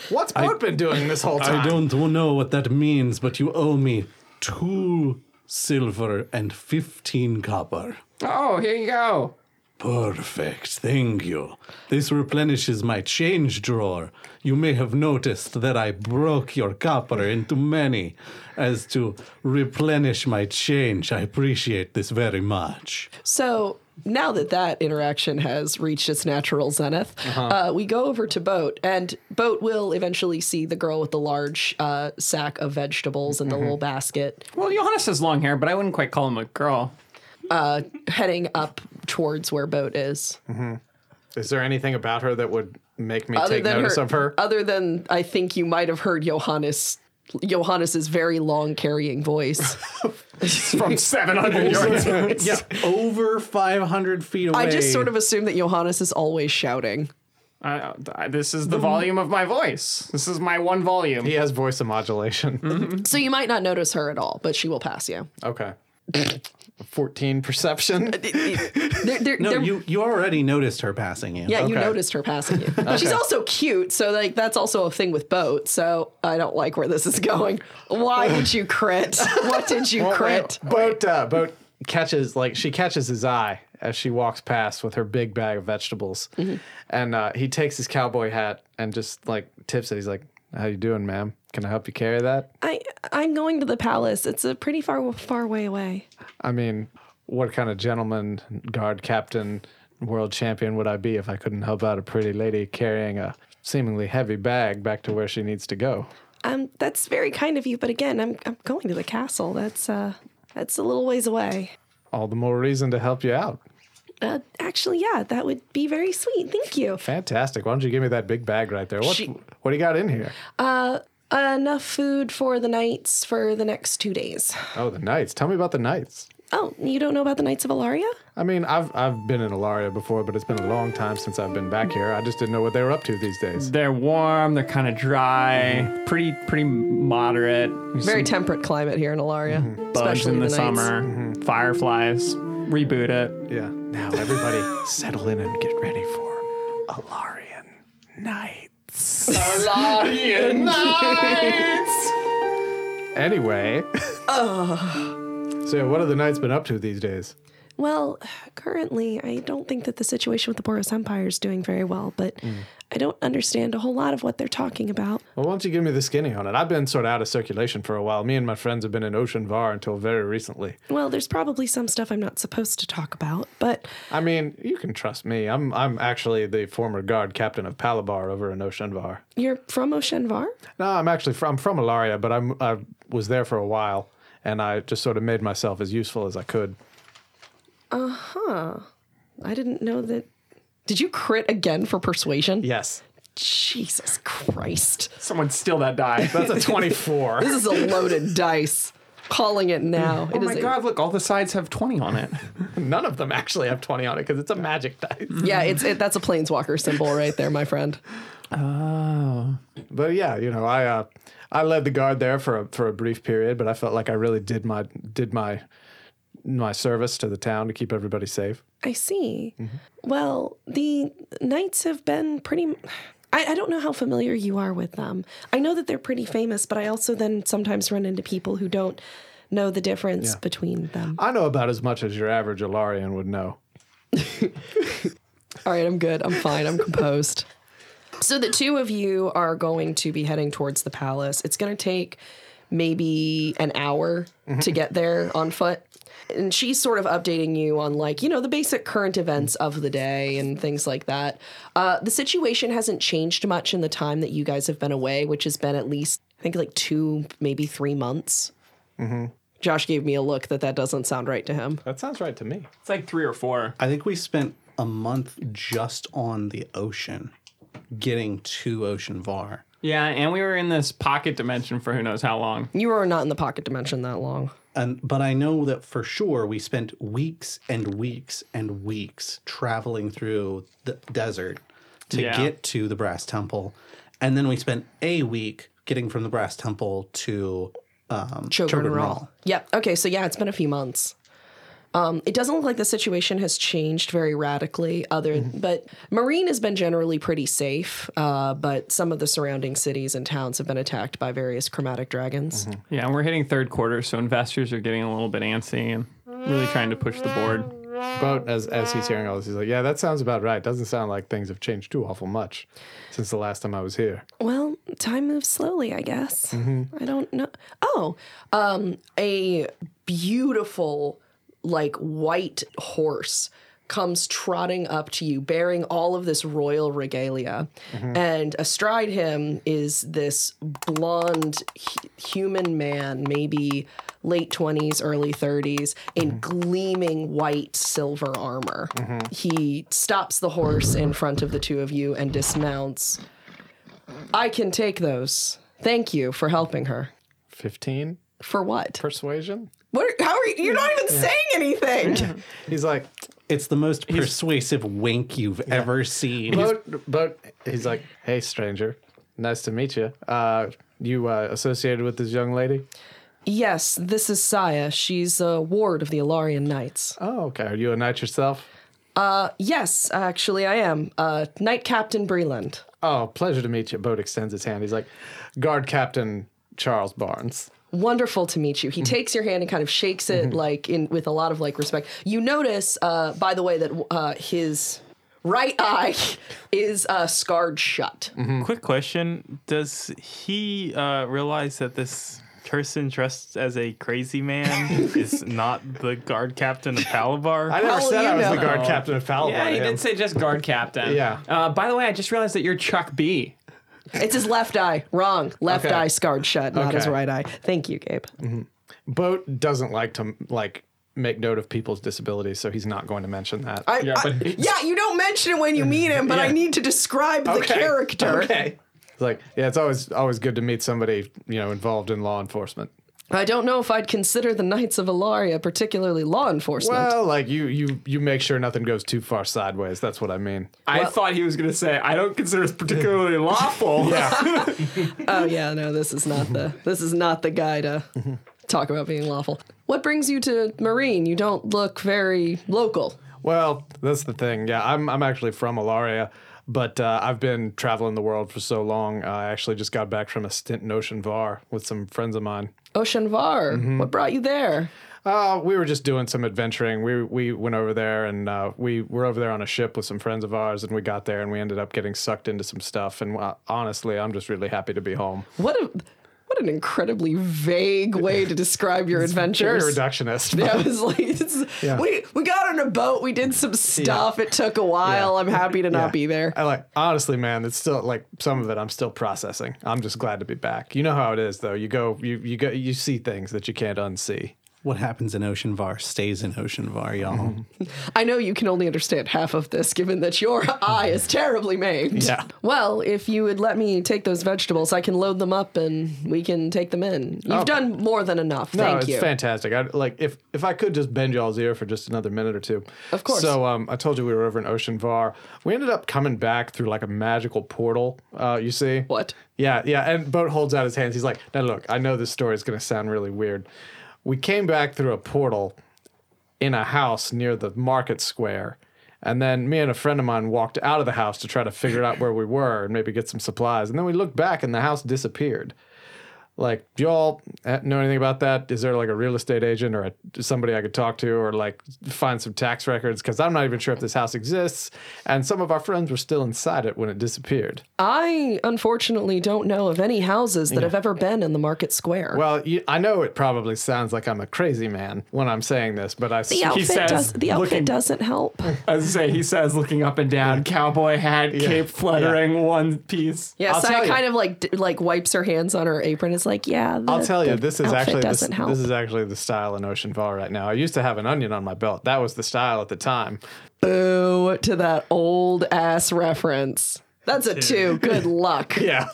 S8: What's Boat been doing this whole time?
S9: I don't know what that means, but you owe me two silver and 15 copper.
S6: oh, here you go.
S9: Perfect, thank you. This replenishes my change drawer. You may have noticed that I broke your copper into many as to replenish my change. I appreciate this very much.
S3: So Oh, now that that interaction has reached its natural zenith, uh we go over to Boat, and Boat will eventually see the girl with the large uh, sack of vegetables and the little basket
S6: Well, Johannes has long hair, but I wouldn't quite call him a girl.
S3: heading up towards where Boat is.
S8: Is there anything about her that would make me take
S3: than
S8: notice of
S6: Uh,
S8: her?
S3: other than I think you might have heard Johannes. Johannes's very long carrying voice.
S6: From 700 yards.
S8: yeah,
S9: Over 500 feet away.
S3: I just sort of assume that Johannes is always shouting.
S6: I, I- this is the volume of my voice. This is my one volume.
S8: he has voice modulation.
S6: Mm-hmm.
S3: So you might not notice her at all, but she will pass you.
S8: Okay. 14 perception.
S3: They're- they're-
S1: No,
S3: they're-
S1: you, you already noticed her passing you.
S3: Yeah, you
S8: Okay.
S3: noticed her passing you. She's also cute, so like that's also a thing with boat. So I don't like where this is going. Why did you crit? What did you crit?
S8: Boat, uh, boat catches, like, she catches his eye as she walks past with her big bag of vegetables. And uh, he takes his cowboy hat and just, like, tips it. He's like, how you doing, ma'am? Can I help you carry that?
S11: I I'm going to the palace. It's a pretty far far way away.
S8: I mean, what kind of gentleman, guard captain, world champion would I be if I couldn't help out a pretty lady carrying a seemingly heavy bag back to where she needs to go?
S11: Um that's very kind of you, but again, I'm I'm going to the castle. That's uh that's a little ways away.
S8: All the more reason to help you out.
S11: Uh, actually, yeah, that would be very sweet. Thank you.
S8: Fantastic. Why don't you give me that big bag right there? What
S3: She-
S8: what do you got in here?
S11: enough food for the knights for the next two days.
S8: Oh, the knights. Tell me about the knights.
S11: Oh, you don't know about the Knights of Alaria?
S8: I mean, I've I've been in Alaria before, but it's been a long time since I've been back here. I just didn't know what they were up to these days.
S6: They're warm. They're kind of dry. Pretty, pretty moderate.
S3: Very temperate climate here in Alaria,
S6: Bugs
S3: especially
S6: in the,
S3: nights.
S6: summer. Fireflies. Reboot it.
S8: Yeah. Now everybody settle in and get ready for Alarian nights.
S6: Alarian nights.
S8: Anyway. So yeah, what have the knights been up to these days?
S11: Well, currently, I don't think that the situation with the Boros Empire is doing very well, but I don't understand a whole lot of what they're talking about.
S8: Well, why don't you give me the skinny on it? I've been sort of out of circulation for a while. Me and my friends have been in Ocean Var until very recently.
S11: Well, there's probably some stuff I'm not supposed to talk about, but
S8: I mean, you can trust me. I'm I'm actually the former guard captain of Palabar over in Oshenvar.
S11: you're from Oshenvar?
S8: No, I'm actually from I'm from Alaria, but I'm I was there for a while, and I just sort of made myself as useful as I could.
S11: I didn't know that.
S3: Did you crit again for persuasion?
S8: Yes,
S3: Jesus Christ.
S6: Someone steal that die.
S8: that's a 24.
S3: This is a loaded dice. Calling it now.
S6: Oh my god, look, all the sides have 20 on it.
S8: None of them actually have 20 on it because it's a magic dice.
S3: Yeah, it's it, that's a planeswalker symbol right there, my friend.
S8: But yeah, you know, I uh, I led the guard there for a, for a brief period, but I felt like I really did my did my my service to the town to keep everybody safe.
S11: I see.
S3: Mm-hmm.
S11: Well, the Knights have been pretty. m- I, I don't know how familiar you are with them. I know that they're pretty famous, but I also then sometimes run into people who don't
S12: know the difference between them.
S8: I know about as much as your average Alarian would know.
S7: All right, I'm good. I'm fine. I'm composed. So the two of you are going to be heading towards the palace. It's going to take maybe an hour to get there on foot. And she's sort of updating you on, like, you know, the basic current events of the day and things like that. Uh, the situation hasn't changed much in the time that you guys have been away, which has been at least, I think, like two, maybe three months. Mm-hmm. Josh gave me a look that that doesn't sound right to him.
S8: That sounds right to me.
S6: It's like three or four.
S9: I think we spent a month just on the ocean, getting to Ocean Var.
S6: Yeah, and we were in this pocket dimension for who knows how long.
S7: You are not in the pocket dimension that long.
S9: And but I know that for sure we spent weeks and weeks and weeks traveling through the desert to
S6: Yeah.
S9: get to the brass temple. And then we spent a week getting from the brass temple to um
S7: Children
S9: Children
S7: are all-
S9: Hall.
S7: Yep. Okay. So yeah, it's been a few months. Um, it doesn't look like the situation has changed very radically. Other, but Marine has been generally pretty safe. Uh, but some of the surrounding cities and towns have been attacked by various chromatic dragons.
S6: Yeah, and we're hitting third quarter, so investors are getting a little bit antsy and really trying to push the
S8: Mm.
S6: board.
S8: But as as he's hearing all this, he's like, "Yeah, that sounds about right. Doesn't sound like things have changed too awful much since the last time I was here."
S12: Well, time moves slowly, I guess. I don't know.
S7: Oh, um, a beautiful, like white horse comes trotting up to you, bearing all of this royal regalia, and astride him is this blonde hu- human man, maybe late twenties, early thirties, in gleaming white silver armor. He stops the horse in front of the two of you and dismounts. I can take those. Thank you for helping her.
S8: Fifteen
S7: For what?
S8: persuasion.
S7: What? How are you? You're not even saying anything.
S8: He's like,
S9: It's the most persuasive wink you've ever seen.
S8: "Boat, boat." He's like, "Hey, stranger, nice to meet you. Uh, you uh, associated with this young lady?
S7: Yes, this is Saya. She's a ward of the Alarian Knights.
S8: Oh, okay. Are you a knight yourself?
S7: Yes, actually, I am. Uh, Knight Captain Breland.
S8: Oh, pleasure to meet you." Boat extends his hand. He's like, "Guard Captain Charles Barnes."
S7: Wonderful to meet you. He takes your hand and kind of shakes it like in with a lot of like respect. You notice, uh, by the way, that uh, his right eye is uh, scarred shut.
S10: Quick question: Does he uh, realize that this person dressed as a crazy man is not the guard captain of Palabar?
S8: I never
S7: Well,
S8: said
S7: you
S8: I was
S7: know-
S8: the guard captain of Falabon.
S6: Yeah, he did say just guard captain.
S8: Yeah.
S6: Uh, by the way, I just realized that you're Chuck B.
S7: It's his left eye. Wrong. Left
S8: Okay.
S7: eye scarred shut, not his
S8: Okay.
S7: right eye. Thank you, Gabe.
S8: Boat doesn't like to like make note of people's disabilities, so he's not going to mention that.
S7: I, yeah, I, yeah, you don't mention it when you meet him, but I need to describe the character.
S8: It's like, yeah, it's always always good to meet somebody you know involved in law enforcement.
S7: I don't know if I'd consider the Knights of Alaria particularly law enforcement.
S8: Well, like you you you make sure nothing goes too far sideways. That's what I mean.
S6: I thought he was going to say, I don't consider this particularly lawful. yeah.
S7: oh yeah, no, this is not the this is not the guy to talk about being lawful. What brings you to Marine? You don't look very local.
S8: Well, that's the thing. Yeah, I'm I'm actually from Alaria, but uh, I've been traveling the world for so long. uh, I actually just got back from a stint in Ocean Var with some friends of mine.
S7: Oshanvar,
S8: Mm-hmm.
S7: what brought you there?
S8: Uh, we were just doing some adventuring. We we went over there and uh, we were over there on a ship with some friends of ours, and we got there and we ended up getting sucked into some stuff. And uh, honestly, I'm just really happy to be home.
S7: What a what an incredibly vague way to describe your adventures.
S8: Very reductionist. but-
S7: Yeah, I was like, it's, we we got on a boat, we did some stuff. It took a while. I'm happy to not
S8: Yeah.
S7: be there.
S8: I like honestly, man. It's still like some of it. I'm still processing. I'm just glad to be back. You know how it is, though. You go, you you go, you see things that you can't unsee.
S9: What happens in Ocean Var stays in Ocean Var, y'all.
S7: I know you can only understand half of this, given that your eye is terribly maimed.
S8: Yeah.
S7: Well, if you would let me take those vegetables, I can load them up and we can take them in. You've done more than enough.
S8: Oh. No,
S7: Thank
S8: it's
S7: you.
S8: fantastic. I like if if I could just bend y'all's ear for just another minute or two.
S7: Of course.
S8: So um, I told you we were over in Ocean Var. We ended up coming back through like a magical portal. Uh, you see
S7: What?
S8: Yeah, yeah. And Boat holds out his hands. He's like, "Now look, I know this story is going to sound really weird. We came back through a portal in a house near the market square." And then me and a friend of mine walked out of the house to try to figure out where we were and maybe get some supplies. And then we looked back and the house disappeared Like, do y'all uh, know anything about that? Is there like a real estate agent or a, somebody I could talk to or like find some tax records? Because I'm not even sure if this house exists. And some of our friends were still inside it when it disappeared.
S3: I unfortunately don't know of any houses that have ever been in the market square.
S8: Well, you, I know it probably sounds like I'm a crazy man when I'm saying this, but I
S11: The outfit
S6: says,
S11: does the outfit
S6: looking-
S11: doesn't help.
S6: As I say, he says, looking up and down, cowboy hat, cape fluttering, one piece.
S3: yeah,
S8: I'll tell
S3: Saya
S8: you.
S3: kind of like d- like wipes her hands on her apron. Is like, yeah. The,
S8: I'll tell you,
S3: the
S8: this is
S3: outfit
S8: actually this,
S3: doesn't help.
S8: this is actually the style in Ocean Fall right now. I used to have an onion on my belt. That was the style at the time.
S3: Boo to that old ass reference. That's a two. Good luck.
S8: Yeah.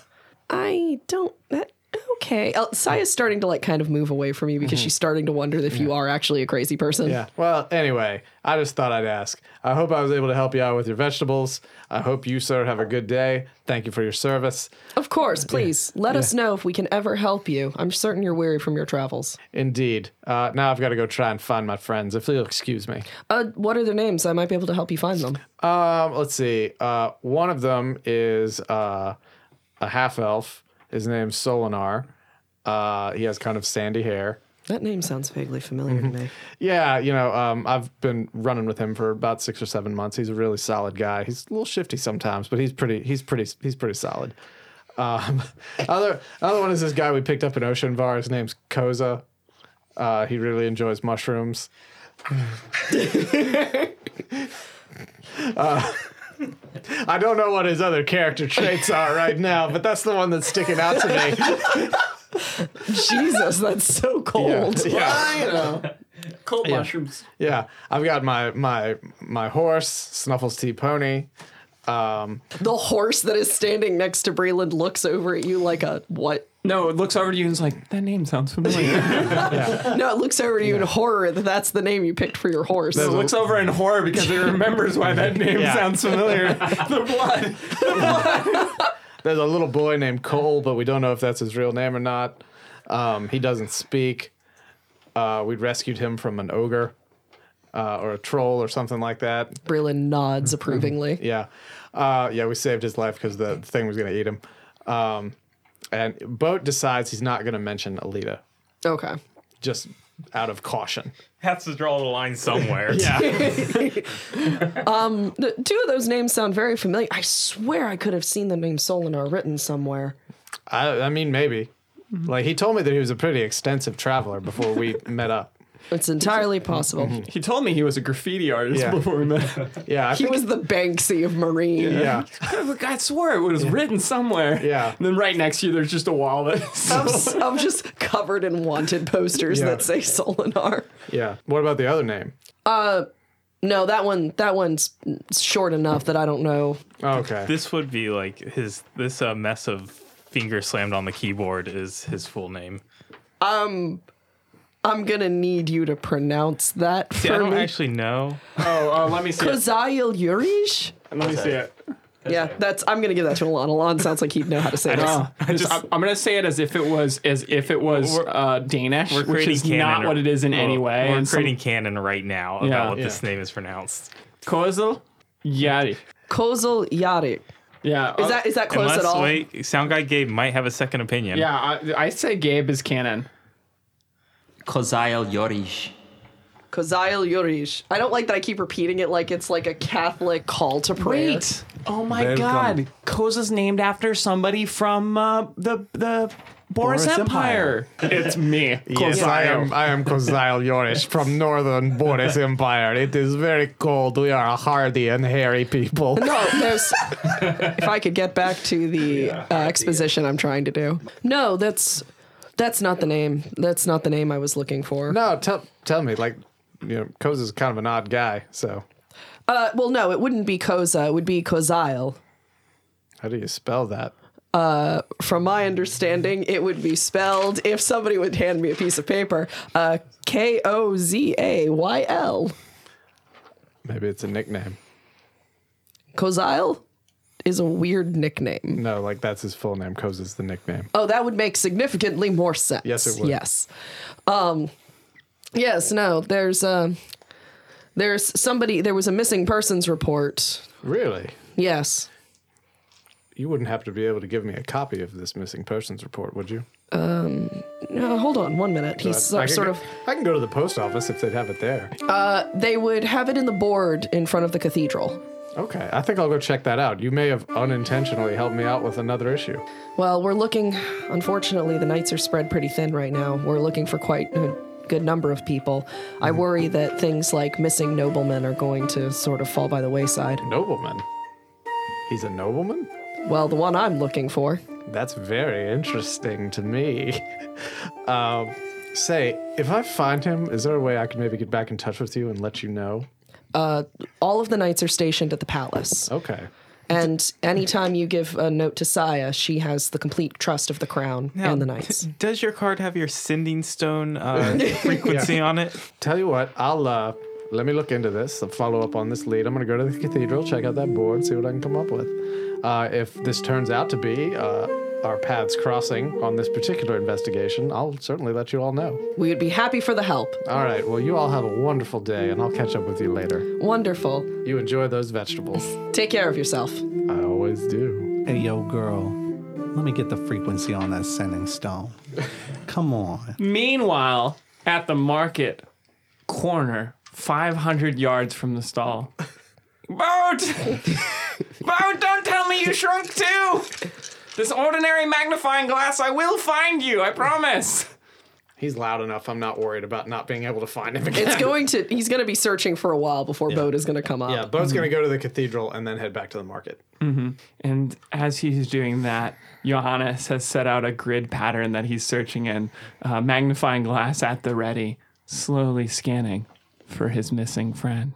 S3: I don't. That, okay. Uh, Saya's starting to like kind of move away from you because she's starting to wonder if you are actually a crazy person.
S8: Mm-hmm. Yeah. Well, anyway, I just thought I'd ask. I hope I was able to help you out with your vegetables. I hope you, sir, have a good day. Thank you for your service.
S3: Of course. Please let us know if we can ever help you. I'm certain you're weary from your travels.
S8: Indeed. Uh, now I've got to go try and find my friends, if you'll excuse me.
S3: Uh, what are their names? I might be able to help you find them.
S8: Um, let's see. Uh, one of them is uh, a half elf. His name's Solinar. Uh, he has kind of sandy hair.
S3: That name sounds vaguely familiar
S8: Mm-hmm.
S3: to me.
S8: Yeah, you know, um, I've been running with him for about six or seven months. He's a really solid guy. He's a little shifty sometimes, but he's pretty. He's pretty. He's pretty solid. Um, other other one is this guy we picked up in Ocean Var. His name's Koza. Uh, he really enjoys mushrooms. Uh, I don't know what his other character traits are right now, but that's the one that's sticking out to me.
S3: Jesus, that's so cold.
S8: Yeah.
S6: I know. Cold mushrooms.
S8: Yeah, I've got my my my horse, Snuffles T Pony. Um,
S3: The horse that is standing next to Breland looks over at you like a what?
S6: No, it looks over to you and is like, that name sounds familiar.
S3: No, it looks over to you in horror that that's the name you picked for your horse.
S6: it looks over in horror because it remembers why that name
S8: Yeah.
S6: sounds familiar. the blood.
S8: there's a little boy named Cole, but we don't know if that's his real name or not. Um, he doesn't speak. Uh, we rescued him from an ogre uh, or a troll or something like that.
S3: Breland nods approvingly.
S8: Yeah, uh, yeah, we saved his life because the thing was gonna eat him. Um, and Boat decides he's not gonna mention Alita
S3: Okay.
S8: just out of caution.
S10: Has to draw the line somewhere. yeah.
S3: The two of those names sound very familiar. I swear I could have seen the name Solinar written somewhere.
S8: I, I mean, maybe. Like he told me that he was a pretty extensive traveler before we met up.
S3: It's entirely possible.
S10: Mm-hmm.
S6: He told me he was a graffiti artist
S8: Yeah.
S6: before we met.
S8: Yeah, I
S3: He
S8: think,
S3: was the Banksy of Marine.
S8: yeah.
S6: I swore it was written somewhere.
S8: Yeah.
S6: And then right next to you, there's just a wall that's
S3: I'm, s- I'm just covered in wanted posters
S8: Yeah.
S3: that say Solinar.
S8: Yeah. What about the other name?
S3: No, that one that one's short enough that I don't know.
S8: Okay.
S10: This would be like his this uh, mess of finger slammed on the keyboard is his full name.
S3: I'm gonna need you to pronounce that
S10: See, I
S3: for
S10: don't
S3: me.
S10: actually know.
S6: Oh, uh, let me see it.
S3: Kazail Yurish?
S6: Let me see it.
S3: Yeah, that's I'm gonna give that to Alon. Alon sounds like he'd know how to say this.
S6: No, Uh, I just, I'm, I'm gonna say it as if it was as if it was
S10: We're-
S6: uh, Danish,
S10: We're
S6: which
S10: creating
S6: is
S10: canon
S6: not
S10: or-
S6: what it is in
S10: we're-
S6: any way.
S10: We're
S6: and some-
S10: creating canon right now about
S6: Yeah.
S10: what this name is pronounced.
S6: Kozel Yari.
S3: Kozel Yarik.
S6: Yeah. uh,
S3: Is that is that close
S10: Oh,
S3: at
S10: Unless
S3: all?
S10: wait, sound guy Gabe might have a second opinion.
S6: yeah, I, I say Gabe is canon.
S13: Kozail Yorish.
S3: Kozail Yurish. I don't like that I keep repeating it like it's like a Catholic call to prayer.
S6: Oh my
S9: Welcome.
S6: god. Koza's named after somebody from uh, the the Boris,
S9: Boris
S6: Empire.
S9: Empire.
S6: It's me.
S8: Yes, I am.
S6: Kozail.
S8: I am Kozail Yorish from Northern Boris Empire. It is very cold. We are a hardy and hairy people.
S3: No, there's. if I could get back to the uh, exposition I'm trying to do. No, that's that's not the name. That's not the name I was looking for.
S8: No, tell tell me, like, you know, Koz is kind of an odd guy. So,
S3: Uh, well, no, it wouldn't be Koza. It would be Kozail.
S8: how do you spell that?
S3: From my understanding, it would be spelled if somebody would hand me a piece of paper. Uh, K O Z A Y L.
S8: Maybe it's a nickname.
S3: Kozail is a weird nickname.
S8: No, like that's his full name. Koz is the nickname.
S3: Oh, that would make significantly more sense.
S8: Yes, it would.
S3: Yes. Um, yes, no, there's uh, there's somebody there was a missing persons report.
S8: Really?
S3: Yes.
S8: you wouldn't happen to be able to give me a copy of this missing persons report, would you?
S3: Um, no, hold on one minute. He's
S8: I- I
S3: so-
S8: can
S3: sort
S8: go-
S3: of.
S8: I can go to the post office if they'd have it there.
S3: Uh, they would have it in the board in front of the cathedral.
S8: Okay, I think I'll go check that out. You may have unintentionally helped me out with another issue.
S3: Well, we're looking. Unfortunately, the nights are spread pretty thin right now. We're looking for quite a good number of people. I
S8: Mm-hmm.
S3: worry that things like missing noblemen are going to sort of fall by the wayside.
S8: Noblemen? He's a nobleman?
S3: Well, the one I'm looking for.
S8: That's very interesting to me. um, say, if I find him, is there a way I can maybe get back in touch with you and let you know?
S3: Uh, all of the knights are stationed at the palace.
S8: Okay.
S3: And anytime you give a note to Saya, she has the complete trust of the crown
S10: Now,
S3: and the knights.
S10: d- does your card have your sending stone uh, frequency
S8: Yeah.
S10: on it?
S8: Tell you what, I'll uh, let me look into this. I'll follow up on this lead. I'm gonna go to the cathedral, check out that board, see what I can come up with. Uh, if this turns out to be uh, our paths crossing on this particular investigation, I'll certainly let you all know.
S3: We would be happy for the help.
S8: All right. Well, you all have a wonderful day, and I'll catch up with you later.
S3: Wonderful.
S8: You enjoy those vegetables.
S3: Take care of yourself.
S8: I always do.
S1: Hey, yo, girl, let me get the frequency on that sending stone. Come on.
S6: Meanwhile, at the market corner, 500 yards from the stall, Boat! Boat, don't tell me you shrunk too! This ordinary magnifying glass, I will find you, I promise!
S8: He's loud enough. I'm not worried about not being able to find him again.
S3: It's going to. He's going to be searching for a while before Boat is going to come up.
S8: Yeah, Bo's gonna go to the cathedral and then head back to the market.
S6: hmm And as he's doing that, Johannes has set out a grid pattern that he's searching in, uh, magnifying glass at the ready, slowly scanning for his missing friend.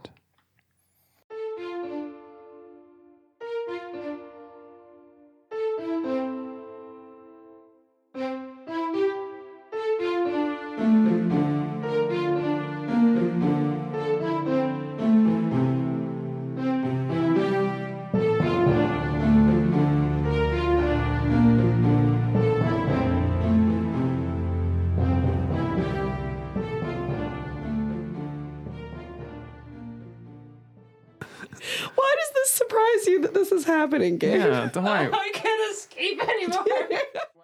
S3: Why does this surprise you that this is happening, Gabe?
S6: Yeah, don't worry.
S2: I can't escape anymore.